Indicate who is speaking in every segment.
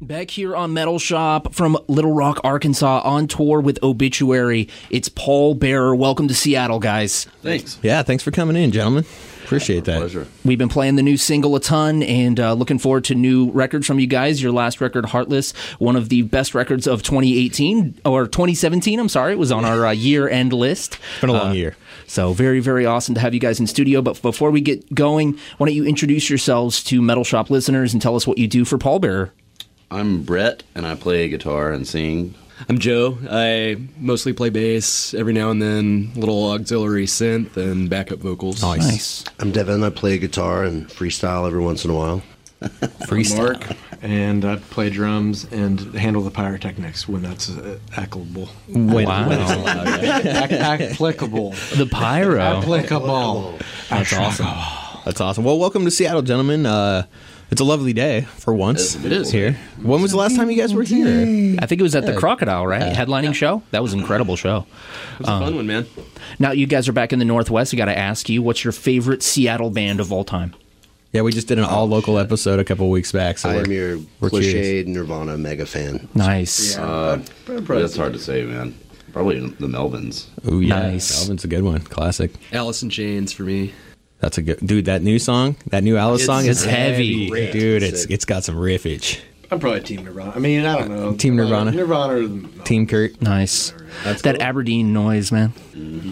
Speaker 1: Back here on Metal Shop from Little Rock, Arkansas, on tour with Obituary. It's Paul Bearer. Welcome to Seattle, guys.
Speaker 2: Thanks.
Speaker 3: Yeah, thanks for coming in, gentlemen. Appreciate that.
Speaker 2: Pleasure.
Speaker 1: We've been playing the new single a ton and uh, looking forward to new records from you guys. Your last record, Heartless, one of the best records of 2018 or 2017. I'm sorry, it was on our uh, year end list.
Speaker 3: It's been a long year.
Speaker 1: So very, very awesome to have you guys in studio. But before we get going, why don't you introduce yourselves to Metal Shop listeners and tell us what you do for Paul Bearer?
Speaker 2: I'm Brett, and I play guitar and sing.
Speaker 4: I'm Joe. I mostly play bass, every now and then little auxiliary synth and backup vocals.
Speaker 1: Nice.
Speaker 5: I'm Devin. I play guitar and freestyle every once in a while.
Speaker 1: Freestyle.
Speaker 6: Mark, and I play drums and handle the pyrotechnics when that's uh, applicable.
Speaker 1: Wow.
Speaker 6: Ac- applicable.
Speaker 1: the pyro.
Speaker 6: Applicable.
Speaker 1: That's awesome.
Speaker 3: That's awesome. Well, welcome to Seattle, gentlemen. Uh, it's a lovely day for once.
Speaker 2: It is.
Speaker 3: here. When was the last time you guys were here?
Speaker 1: I think it was at the Crocodile, right? Headlining show. That was an incredible show.
Speaker 4: It was a fun one, man.
Speaker 1: Now you guys are back in the Northwest. I got to ask you, what's your favorite Seattle band of all time?
Speaker 3: Yeah, we just did an all local episode a couple weeks back. So
Speaker 5: I
Speaker 3: we're-
Speaker 5: am your
Speaker 3: we're curious.
Speaker 5: cliched Nirvana mega fan.
Speaker 1: Nice.
Speaker 2: Uh, That's hard to say, man. Probably the Melvins.
Speaker 3: Ooh, yeah.
Speaker 1: Nice.
Speaker 3: Alvin's a good one. Classic.
Speaker 4: Alice in Chains for me.
Speaker 3: That's a good dude. That new song, that new Alice
Speaker 1: It's-
Speaker 3: song,
Speaker 1: it's
Speaker 3: is
Speaker 1: heavy.
Speaker 3: dude. It's it's got some riffage.
Speaker 6: I'm probably Team Nirvana. I mean, I don't know.
Speaker 3: Team Nirvana.
Speaker 6: Nirvana or the
Speaker 3: Team Kurt.
Speaker 1: Nice. that Aberdeen noise, man.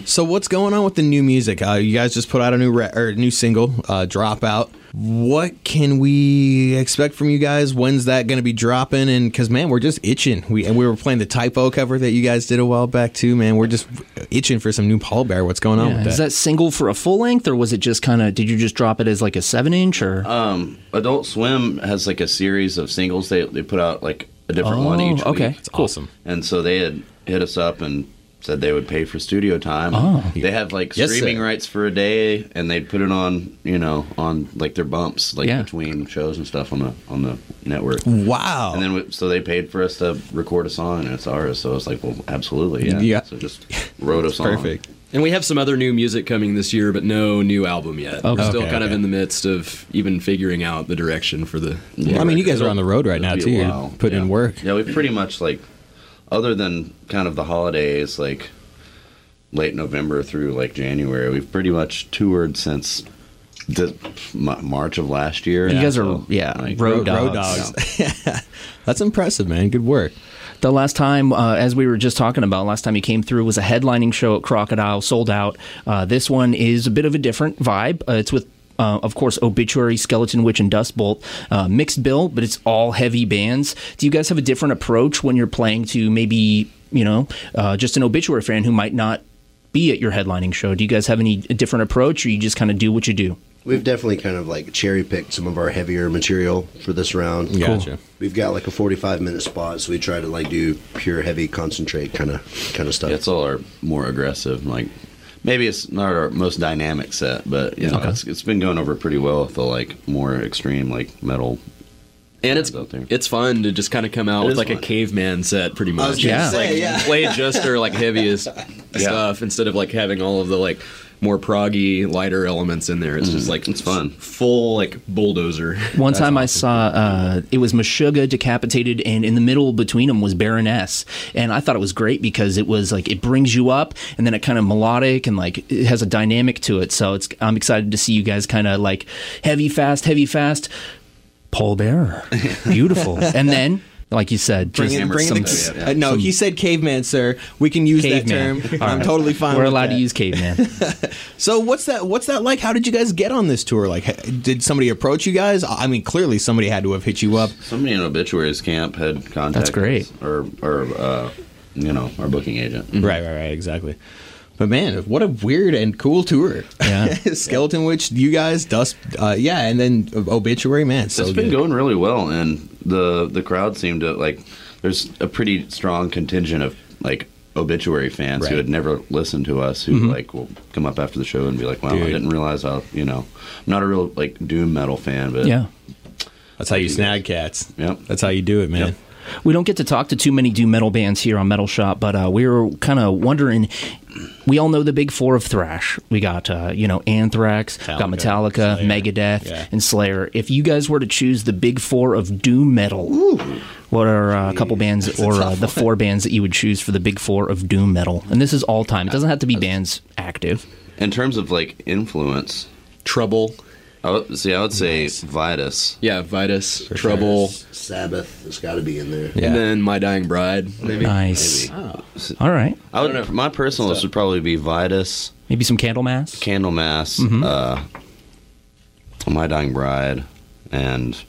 Speaker 3: So what's going on with the new music? Uh, you guys just put out a new re- or new single, uh, "Dropout." What can we expect from you guys? When's that going to be dropping? And because man, we're just itching. We and we were playing the typo cover that you guys did a while back too. Man, we're just itching for some new Paul Bear. What's
Speaker 2: Oh,
Speaker 3: going on
Speaker 1: Yeah.
Speaker 3: with
Speaker 1: Is
Speaker 3: that?
Speaker 1: that single for a full length, or was it just kind of? Did you just drop it as like a seven inch, or
Speaker 2: Um, Adult Swim has like a series of singles. They they put out like a different one
Speaker 1: Oh,
Speaker 2: each week.
Speaker 1: okay.
Speaker 3: It's awesome.
Speaker 2: And so they had hit us up and said they would pay for studio time.
Speaker 1: Oh.
Speaker 2: They have like
Speaker 3: Yes,
Speaker 2: streaming
Speaker 3: sir.
Speaker 2: rights for a day, and they'd put it on, you know, on like their bumps, like
Speaker 1: Yeah.
Speaker 2: between shows and stuff on the on the network.
Speaker 3: Wow.
Speaker 2: And then we, so they paid for us to record a song, and it's ours. So I was like, well, absolutely, yeah.
Speaker 3: Yeah.
Speaker 2: So just wrote a song.
Speaker 3: Perfect.
Speaker 4: And we have some other new music coming this year, but no new album yet.
Speaker 1: Okay.
Speaker 4: We're still
Speaker 3: Okay,
Speaker 4: kind of
Speaker 3: okay.
Speaker 4: in the midst of even figuring out the direction for the.
Speaker 2: Yeah.
Speaker 3: I mean, you guys are on the road right now
Speaker 2: It'll
Speaker 3: too.
Speaker 2: be a
Speaker 3: You're
Speaker 2: while,
Speaker 3: putting
Speaker 2: yeah.
Speaker 3: in work.
Speaker 2: Yeah, we pretty much like, other than kind of the holidays, like late November through like January, we've pretty much toured since the M- March of last year.
Speaker 1: you guys are
Speaker 2: So,
Speaker 1: yeah
Speaker 2: like,
Speaker 1: road, dogs.
Speaker 3: Road dogs. That's impressive, man. Good work.
Speaker 1: The last time, uh, as we were just talking about, last time you came through was a headlining show at Crocodile, sold out. Uh, this one is a bit of a different vibe. Uh, it's with, uh, of course, Obituary, Skeleton Witch, and Dustbolt. Uh, mixed bill, but it's all heavy bands. Do you guys have a different approach when you're playing to maybe, you know, uh, just an Obituary fan who might not be at your headlining show? Do you guys have any different approach, or you just kind of do what you do?
Speaker 5: We've definitely kind of like cherry picked some of our heavier material for this round.
Speaker 3: Gotcha.
Speaker 5: We've got like a 45 minute spot, so we try to like do pure heavy concentrate kind of kind of stuff.
Speaker 2: It's all our more aggressive, like maybe it's not our most dynamic set, but you know, it's, it's been going over pretty well with the like more extreme like metal.
Speaker 4: And it's
Speaker 2: Out there.
Speaker 4: it's fun to just kind of come out
Speaker 2: It
Speaker 4: with
Speaker 2: is
Speaker 4: like a
Speaker 2: fun.
Speaker 4: caveman set, pretty much.
Speaker 3: gonna
Speaker 1: Yeah.
Speaker 3: say,
Speaker 4: like
Speaker 3: yeah.
Speaker 4: play just our like heaviest stuff instead of like having all of the like more proggy, lighter elements in there. It's just like
Speaker 2: Mm. It's fun.
Speaker 4: full like bulldozer.
Speaker 1: One time I saw uh, it was Meshuggah decapitated, and in the middle between them was Baroness, and I thought it was great because it was like it brings you up, and then it kind of melodic and like it has a dynamic to it. So it's I'm excited to see you guys kind of like heavy fast, heavy fast. Paul Bearer, beautiful, and then like you said, just
Speaker 3: Bring in- bring in
Speaker 1: some.
Speaker 3: the-
Speaker 2: yeah.
Speaker 3: uh, no, he said caveman, sir. We can use
Speaker 1: Caveman.
Speaker 3: that term.
Speaker 1: All
Speaker 3: I'm
Speaker 1: right.
Speaker 3: totally fine.
Speaker 1: We're
Speaker 3: with
Speaker 1: allowed to
Speaker 3: that.
Speaker 1: use caveman.
Speaker 3: So what's that? What's that like? How did you guys get on this tour? Like, h- did somebody approach you guys? I mean, clearly somebody had to have hit you up.
Speaker 2: Somebody in obituaries camp had contacted
Speaker 1: great.
Speaker 2: us, or or uh, you know our booking agent.
Speaker 3: Mm, Right, right, right. Exactly. But man, what a weird and cool tour!
Speaker 1: Yeah.
Speaker 3: Skeleton Witch, you guys, Dust, uh, yeah, and then Obituary, man, so
Speaker 2: it's been
Speaker 3: good.
Speaker 2: going really well, and the the crowd seemed to like. There's a pretty strong contingent of like obituary fans who
Speaker 3: Right. Mm-hmm.
Speaker 2: had never listened to us, who like will come up after the show and be like, "Wow, I
Speaker 3: Dude.
Speaker 2: didn't realize how you know." I'm not a real like doom metal fan, but
Speaker 1: Yeah.
Speaker 3: That's how you snag cats.
Speaker 2: Yep.
Speaker 3: That's how you do it, man.
Speaker 2: Yep.
Speaker 1: We don't get to talk to too many doom metal bands here on Metal Shop, but uh, we were kind of wondering. We all know the big four of thrash. We got uh, you know Anthrax, got Metallica,
Speaker 3: Metallica, Slayer.
Speaker 1: Megadeth,
Speaker 3: Yeah.
Speaker 1: and Slayer. If you guys were to choose the big four of doom metal, what are uh, a couple bands or uh, the four bands that you would choose for the big four of doom metal? And this is all time. It doesn't have to be bands active.
Speaker 2: in terms of like influence,
Speaker 4: Trouble.
Speaker 2: I would, see, I would say Vitus.
Speaker 4: Yeah, Vitus, Trouble,
Speaker 5: Sabbath has got to be in there.
Speaker 3: Yeah.
Speaker 4: and then My Dying Bride. Maybe.
Speaker 2: Uh,
Speaker 1: Nice. All right.
Speaker 2: I would. my personal list would probably be Vitus,
Speaker 1: Maybe some Candlemass.
Speaker 2: Candlemass,
Speaker 1: Mm-hmm.
Speaker 2: uh, My Dying Bride, and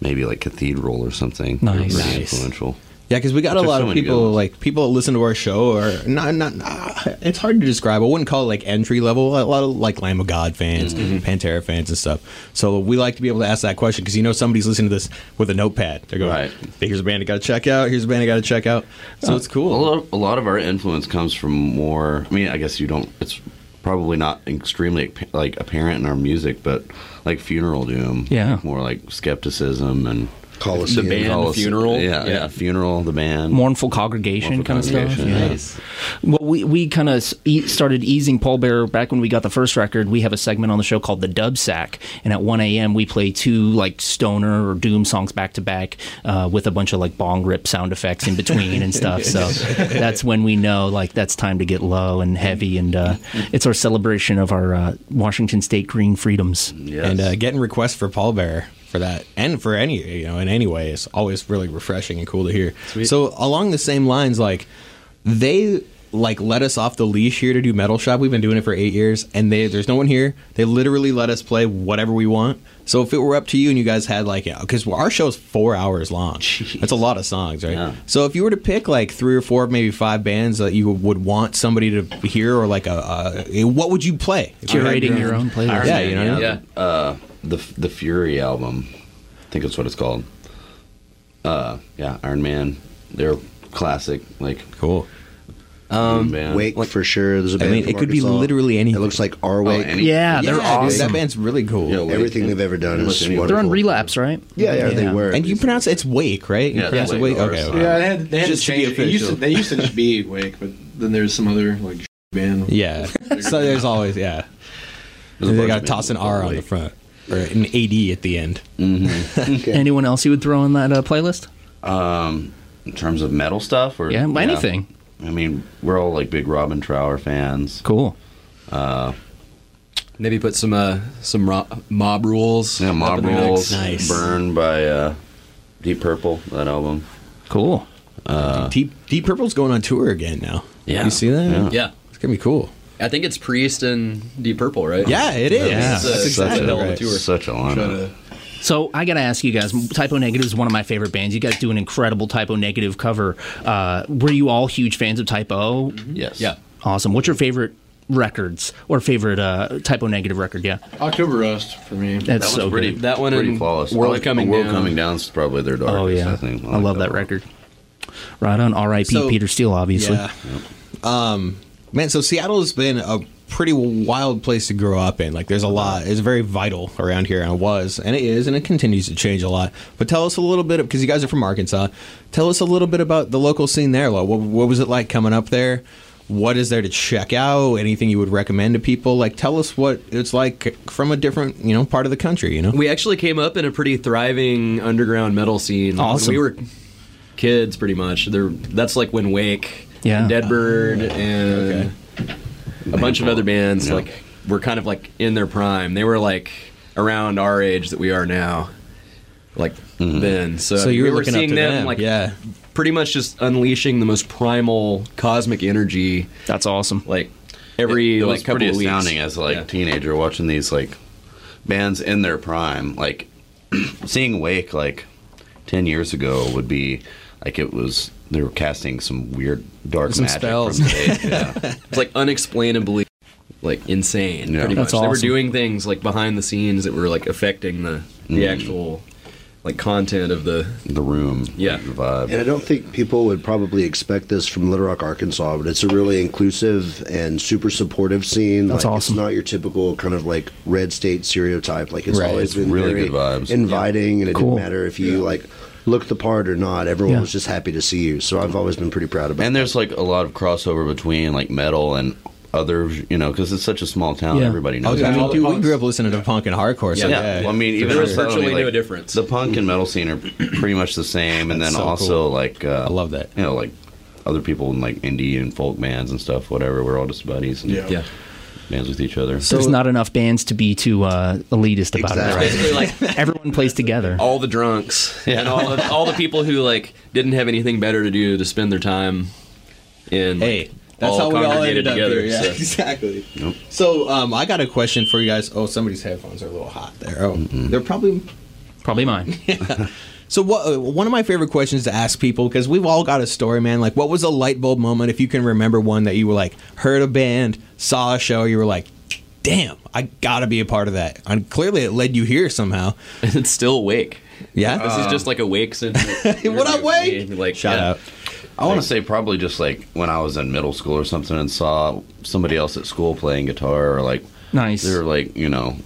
Speaker 2: maybe like Cathedral or something. They're
Speaker 1: Nice.
Speaker 2: pretty
Speaker 1: Nice.
Speaker 2: Influential.
Speaker 3: Yeah, because we got a
Speaker 2: There's
Speaker 3: lot
Speaker 2: so
Speaker 3: of
Speaker 2: many good
Speaker 3: people
Speaker 2: ones.
Speaker 3: like people that listen to our show are not not. ah, it's hard to describe. I wouldn't call it like entry level. A lot of like Lamb of God fans,
Speaker 2: Mm-hmm.
Speaker 3: Pantera fans, and stuff. So we like to be able to ask that question because you know somebody's listening to this with a notepad. They're going,
Speaker 2: Right.
Speaker 3: "Here's a band I got to check out. Here's a band I got to check out." Uh, So it's
Speaker 2: A
Speaker 3: cool.
Speaker 2: lot, a lot of our influence comes from more. I mean, I guess you don't. It's probably not extremely like apparent in our music, but like Funeral Doom.
Speaker 1: Yeah.
Speaker 2: More like skepticism and
Speaker 5: Colosseum.
Speaker 4: The band.
Speaker 2: Colosseum-
Speaker 4: Funeral?
Speaker 2: Yeah, yeah,
Speaker 4: Yeah.
Speaker 2: Funeral, the band.
Speaker 1: Mournful congregation kind of stuff.
Speaker 2: Congregation,
Speaker 1: Yeah. Well, we, we kind of e- started easing pallbearer back when we got the first record. We have a segment on the show called the Dub Sack, and at 1 a.m. we play two like stoner or doom songs back to back uh, with a bunch of like bong rip sound effects in between and stuff. So that's when we know like that's time to get low and heavy, and uh, it's our celebration of our uh, Washington State green freedoms.
Speaker 2: Yes.
Speaker 3: And uh, getting requests for pallbearer for that and for any you know in any way is always really refreshing and cool to hear. So along the same lines, like they like let us off the leash here to do metal shop. We've been doing it for eight years, and they there's no one here. They literally let us play whatever we want. So if it were up to you and you guys had like because our show is four hours long, that's a lot of songs, right? So if you were to pick like three or four, maybe five bands that you would want somebody to hear, or like a, a what would you play? If you had
Speaker 1: Curating your own playlist.
Speaker 3: Yeah, you know.
Speaker 4: Yeah.
Speaker 2: uh, the the Fury album. I think that's what it's called. Uh, yeah, Iron Man. They're classic, like
Speaker 3: Cool.
Speaker 2: um, band.
Speaker 5: Wake for sure. There's a band
Speaker 3: mean,
Speaker 5: from
Speaker 3: it could be
Speaker 5: Arkansas.
Speaker 3: literally anything.
Speaker 5: It looks like our wake.
Speaker 2: any-
Speaker 1: Yeah, they're
Speaker 3: dude,
Speaker 1: awesome.
Speaker 3: that band's really cool.
Speaker 2: Yeah, Wake.
Speaker 5: Everything they've ever done is
Speaker 2: Listen, you-
Speaker 5: wonderful.
Speaker 1: They're on relapse, right?
Speaker 5: Yeah, yeah, they were.
Speaker 3: and you pronounce it's Wake, right? You
Speaker 2: Yeah,
Speaker 3: pronounce
Speaker 2: that's
Speaker 3: it Wake.
Speaker 2: Wake.
Speaker 3: Okay. okay.
Speaker 6: Yeah, they had, they had
Speaker 3: Just
Speaker 6: to
Speaker 3: to be
Speaker 6: change it. It used to,
Speaker 3: official.
Speaker 6: they used to just be Wake, but then there's some other like band.
Speaker 3: Yeah. so there's always yeah.
Speaker 2: a
Speaker 3: They
Speaker 2: bunch
Speaker 3: got
Speaker 2: of
Speaker 3: to toss an
Speaker 2: bands
Speaker 3: R on
Speaker 2: like-
Speaker 3: the front or an AD at the end.
Speaker 1: Anyone else you would throw in that uh, playlist?
Speaker 2: Um, in terms of metal stuff, or
Speaker 1: Yeah, anything.
Speaker 2: I mean, we're all like big Robin Trower fans.
Speaker 1: Cool.
Speaker 4: Maybe put some uh, some ro- mob rules.
Speaker 2: Yeah,
Speaker 4: up
Speaker 2: Mob
Speaker 4: in the mix.
Speaker 2: Rules,
Speaker 3: Nice.
Speaker 2: Burn by uh, Deep Purple, that album.
Speaker 1: Cool.
Speaker 3: Deep Deep Purple's going on tour again now.
Speaker 4: Yeah.
Speaker 3: You see that?
Speaker 2: Yeah.
Speaker 4: Yeah.
Speaker 3: It's gonna be cool.
Speaker 4: I think it's Priest and Deep Purple, right?
Speaker 3: Yeah, it is.
Speaker 1: Yeah.
Speaker 3: uh, That's
Speaker 4: Such
Speaker 3: exactly
Speaker 4: a-
Speaker 3: right.
Speaker 4: Tour.
Speaker 2: Such a lineup.
Speaker 1: So I gotta ask you guys, Typo Negative is one of my favorite bands. You guys do an incredible Typo Negative cover. Uh, were you all huge fans of Typo?
Speaker 2: Yes.
Speaker 4: Yeah.
Speaker 1: Awesome. What's your favorite records or favorite uh, Typo Negative record? Yeah,
Speaker 6: October Rust for me.
Speaker 1: that's
Speaker 2: That was
Speaker 1: so
Speaker 2: pretty.
Speaker 1: good.
Speaker 4: That one
Speaker 2: pretty
Speaker 4: and
Speaker 2: flawless.
Speaker 4: World
Speaker 2: I like-
Speaker 4: Coming
Speaker 2: World
Speaker 4: Down.
Speaker 2: Coming Down is probably their darkest.
Speaker 1: Oh yeah,
Speaker 2: I,
Speaker 1: I,
Speaker 2: think. like uh,
Speaker 1: love that
Speaker 2: one.
Speaker 1: record. Right on. R.I.P.
Speaker 3: So-
Speaker 1: Peter Steele, obviously.
Speaker 3: Yeah. Um, man, so Seattle has been a pretty wild place to grow up in. Like, there's a lot. It's very vital around here, and it was, and it is, and it continues to change a lot. But tell us a little bit because you guys are from Arkansas. Tell us a little bit about the local scene there. Like, what, what was it like coming up there? What is there to check out? Anything you would recommend to people? Like, tell us what it's like from a different, you know, part of the country. You know,
Speaker 4: We actually came up in a pretty thriving underground metal scene. when
Speaker 1: Awesome.
Speaker 4: We were kids, pretty much. There, that's like when Wake,
Speaker 1: Yeah.
Speaker 4: and Deadbird, and a bunch of other bands
Speaker 2: Oh, Yeah.
Speaker 4: like were kind of like in their prime. They were like around our age that we are now, like
Speaker 2: Mm-hmm.
Speaker 4: then. So,
Speaker 3: so
Speaker 4: we
Speaker 3: you're
Speaker 4: were
Speaker 3: looking up
Speaker 4: seeing
Speaker 3: to them,
Speaker 4: them, like
Speaker 3: yeah.
Speaker 4: pretty much just unleashing the most primal cosmic energy,
Speaker 1: That's awesome.
Speaker 4: like every
Speaker 2: it
Speaker 4: like
Speaker 2: was
Speaker 4: couple
Speaker 2: pretty
Speaker 4: of weeks.
Speaker 2: astounding as a like
Speaker 4: Yeah.
Speaker 2: teenager watching these like bands in their prime like seeing wake like 10 years ago would be Like it was, they were casting some weird dark
Speaker 3: Some
Speaker 2: magic
Speaker 3: spells.
Speaker 2: from the age, yeah.
Speaker 4: It's like unexplainably like insane.
Speaker 2: Yeah.
Speaker 4: Pretty much.
Speaker 1: That's
Speaker 4: They were
Speaker 1: awesome.
Speaker 4: doing things like behind the scenes that were like affecting the the
Speaker 3: Mm.
Speaker 4: actual like content of the
Speaker 2: the room,
Speaker 4: Yeah.
Speaker 2: the vibe.
Speaker 5: And I don't think people would probably expect this from Little Rock, Arkansas, but it's a really inclusive and super supportive scene.
Speaker 1: That's
Speaker 5: like,
Speaker 1: awesome.
Speaker 5: It's not your typical kind of like red state stereotype. Like it's
Speaker 3: Right.
Speaker 5: always
Speaker 3: It's
Speaker 5: been
Speaker 2: really
Speaker 5: very
Speaker 2: good vibes.
Speaker 5: inviting, and it
Speaker 1: Cool.
Speaker 5: didn't matter if you like looked the part or not. Everyone
Speaker 1: Yeah.
Speaker 5: was just happy to see you. So I've always been pretty proud about.
Speaker 2: And there's like a lot of crossover between like metal and other, you know, because it's such a small town.
Speaker 1: Yeah.
Speaker 2: Everybody
Speaker 3: Oh,
Speaker 2: knows.
Speaker 3: dude, I
Speaker 2: each
Speaker 3: mean,
Speaker 2: other.
Speaker 3: dude, we grew up listening to punk and hardcore. So
Speaker 4: Yeah.
Speaker 3: yeah,
Speaker 2: Well, I mean, even
Speaker 4: There was
Speaker 2: though,
Speaker 4: virtually
Speaker 2: like,
Speaker 4: no difference.
Speaker 2: The punk and metal scene are pretty much the same, and
Speaker 3: That's
Speaker 2: then
Speaker 3: so
Speaker 2: also
Speaker 3: cool.
Speaker 2: like uh,
Speaker 3: I love that.
Speaker 2: You know, like other people in like indie and folk bands and stuff. Whatever, we're all just buddies and
Speaker 6: Yeah.
Speaker 4: Yeah.
Speaker 2: bands with each other.
Speaker 1: There's not enough bands to be too uh, elitist about
Speaker 5: Exactly.
Speaker 4: Basically like
Speaker 1: it. Everyone plays together.
Speaker 4: all the drunks and all the all the people who like didn't have anything better to do to spend their time in. like,
Speaker 3: Hey, that's how we all ended
Speaker 4: congregated
Speaker 3: up
Speaker 4: together.
Speaker 3: here. Yeah,
Speaker 4: so-
Speaker 3: exactly. So, um, I got a question for you guys. Oh, somebody's headphones are a little hot there. Oh, they're probably.
Speaker 1: Probably mine.
Speaker 3: So, what? Uh, one of my favorite questions to ask people because we've all got a story, man. Like, what was a light bulb moment if you can remember one that you were like heard a band, saw a show, you were like, "Damn, I gotta be a part of that." And clearly, it led you here somehow.
Speaker 4: it's still awake.
Speaker 3: Yeah.
Speaker 4: This is just like awake since.
Speaker 3: Uh, What up, Wake?
Speaker 4: Like
Speaker 3: Shout
Speaker 4: yeah.
Speaker 3: out.
Speaker 2: I want to say probably just like when I was in middle school or something and saw somebody else at school playing guitar or like
Speaker 1: Nice.
Speaker 2: they were like you know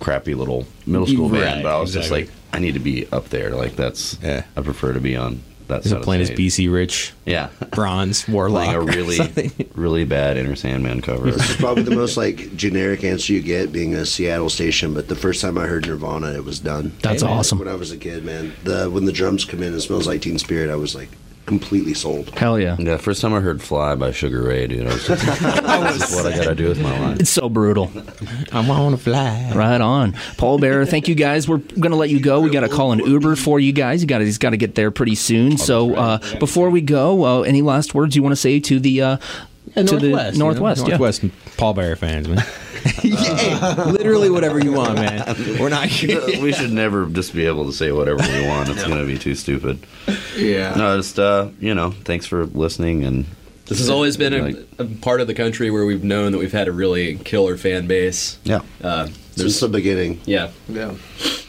Speaker 2: crappy little middle school
Speaker 3: Right,
Speaker 2: band, but I was
Speaker 3: exactly.
Speaker 2: just like I need to be up there. Like that's
Speaker 3: Yeah.
Speaker 2: I prefer to be on that.
Speaker 3: Is
Speaker 2: side
Speaker 3: it
Speaker 2: of
Speaker 3: playing as
Speaker 2: stage.
Speaker 3: BC Rich,
Speaker 2: Yeah,
Speaker 3: Bronze, Warlock,
Speaker 2: playing a
Speaker 3: or
Speaker 2: really
Speaker 3: something?
Speaker 2: really bad Inner Sandman cover.
Speaker 5: This is probably the most like generic answer you get being a Seattle station, but the first time I heard Nirvana, it was done.
Speaker 1: That's
Speaker 3: Hey, man.
Speaker 1: awesome.
Speaker 5: When I was a kid, man, the when the drums come in and smells like Teen Spirit, I was like completely sold.
Speaker 1: Hell yeah.
Speaker 2: Yeah, first time I heard "Fly" by Sugar Ray, dude, I was just, this is what I got to do with my life.
Speaker 1: It's so brutal.
Speaker 3: I want to fly.
Speaker 1: Right on. Paul Bearer, thank you guys. We're going to let you go. We got to call an Uber for you guys. You got to he's got to get there pretty soon. So uh, before we go, uh, any last words you want to say to the uh, to
Speaker 3: Northwest,
Speaker 1: the Northwest? yeah.
Speaker 3: Northwest Paul Bearer fans, man. Yeah, hey, literally whatever you want, man. We're not
Speaker 2: we should never just be able to say whatever we want. It's going to be too stupid.
Speaker 6: Yeah.
Speaker 2: No, just uh, you know, thanks for listening and
Speaker 4: This has always been
Speaker 2: Like-
Speaker 4: a, a part of the country where we've known that we've had a really killer fan base.
Speaker 2: yeah.
Speaker 4: Uh,
Speaker 5: Since the beginning,
Speaker 4: yeah.
Speaker 6: Yeah.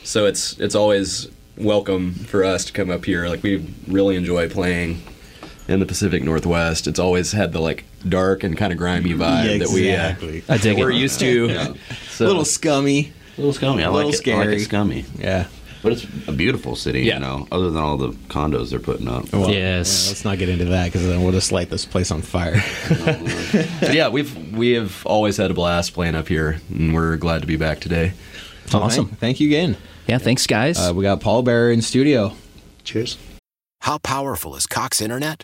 Speaker 4: So it's it's always welcome for us to come up here. Like we really enjoy playing in the Pacific Northwest. It's always had the like dark and kind of grimy vibe that we uh,
Speaker 1: I dig
Speaker 4: we're
Speaker 1: it.
Speaker 4: used to.
Speaker 3: a little scummy.
Speaker 2: little scummy. I like
Speaker 3: Little
Speaker 2: it. I like
Speaker 3: scary.
Speaker 2: it scummy.
Speaker 3: Yeah.
Speaker 2: But it's a beautiful city,
Speaker 4: Yeah.
Speaker 2: you know, other than all the condos they're putting up.
Speaker 3: Well,
Speaker 1: Yes.
Speaker 3: yeah, let's not get into that because then we'll just light this place on fire.
Speaker 4: yeah, we've we have always had a blast playing up here, and we're glad to be back today.
Speaker 1: Awesome.
Speaker 3: Thank, thank you again.
Speaker 1: Yeah, thanks guys.
Speaker 3: Uh, we got Paul Bearer in studio.
Speaker 5: cheers.
Speaker 7: How powerful is Cox Internet?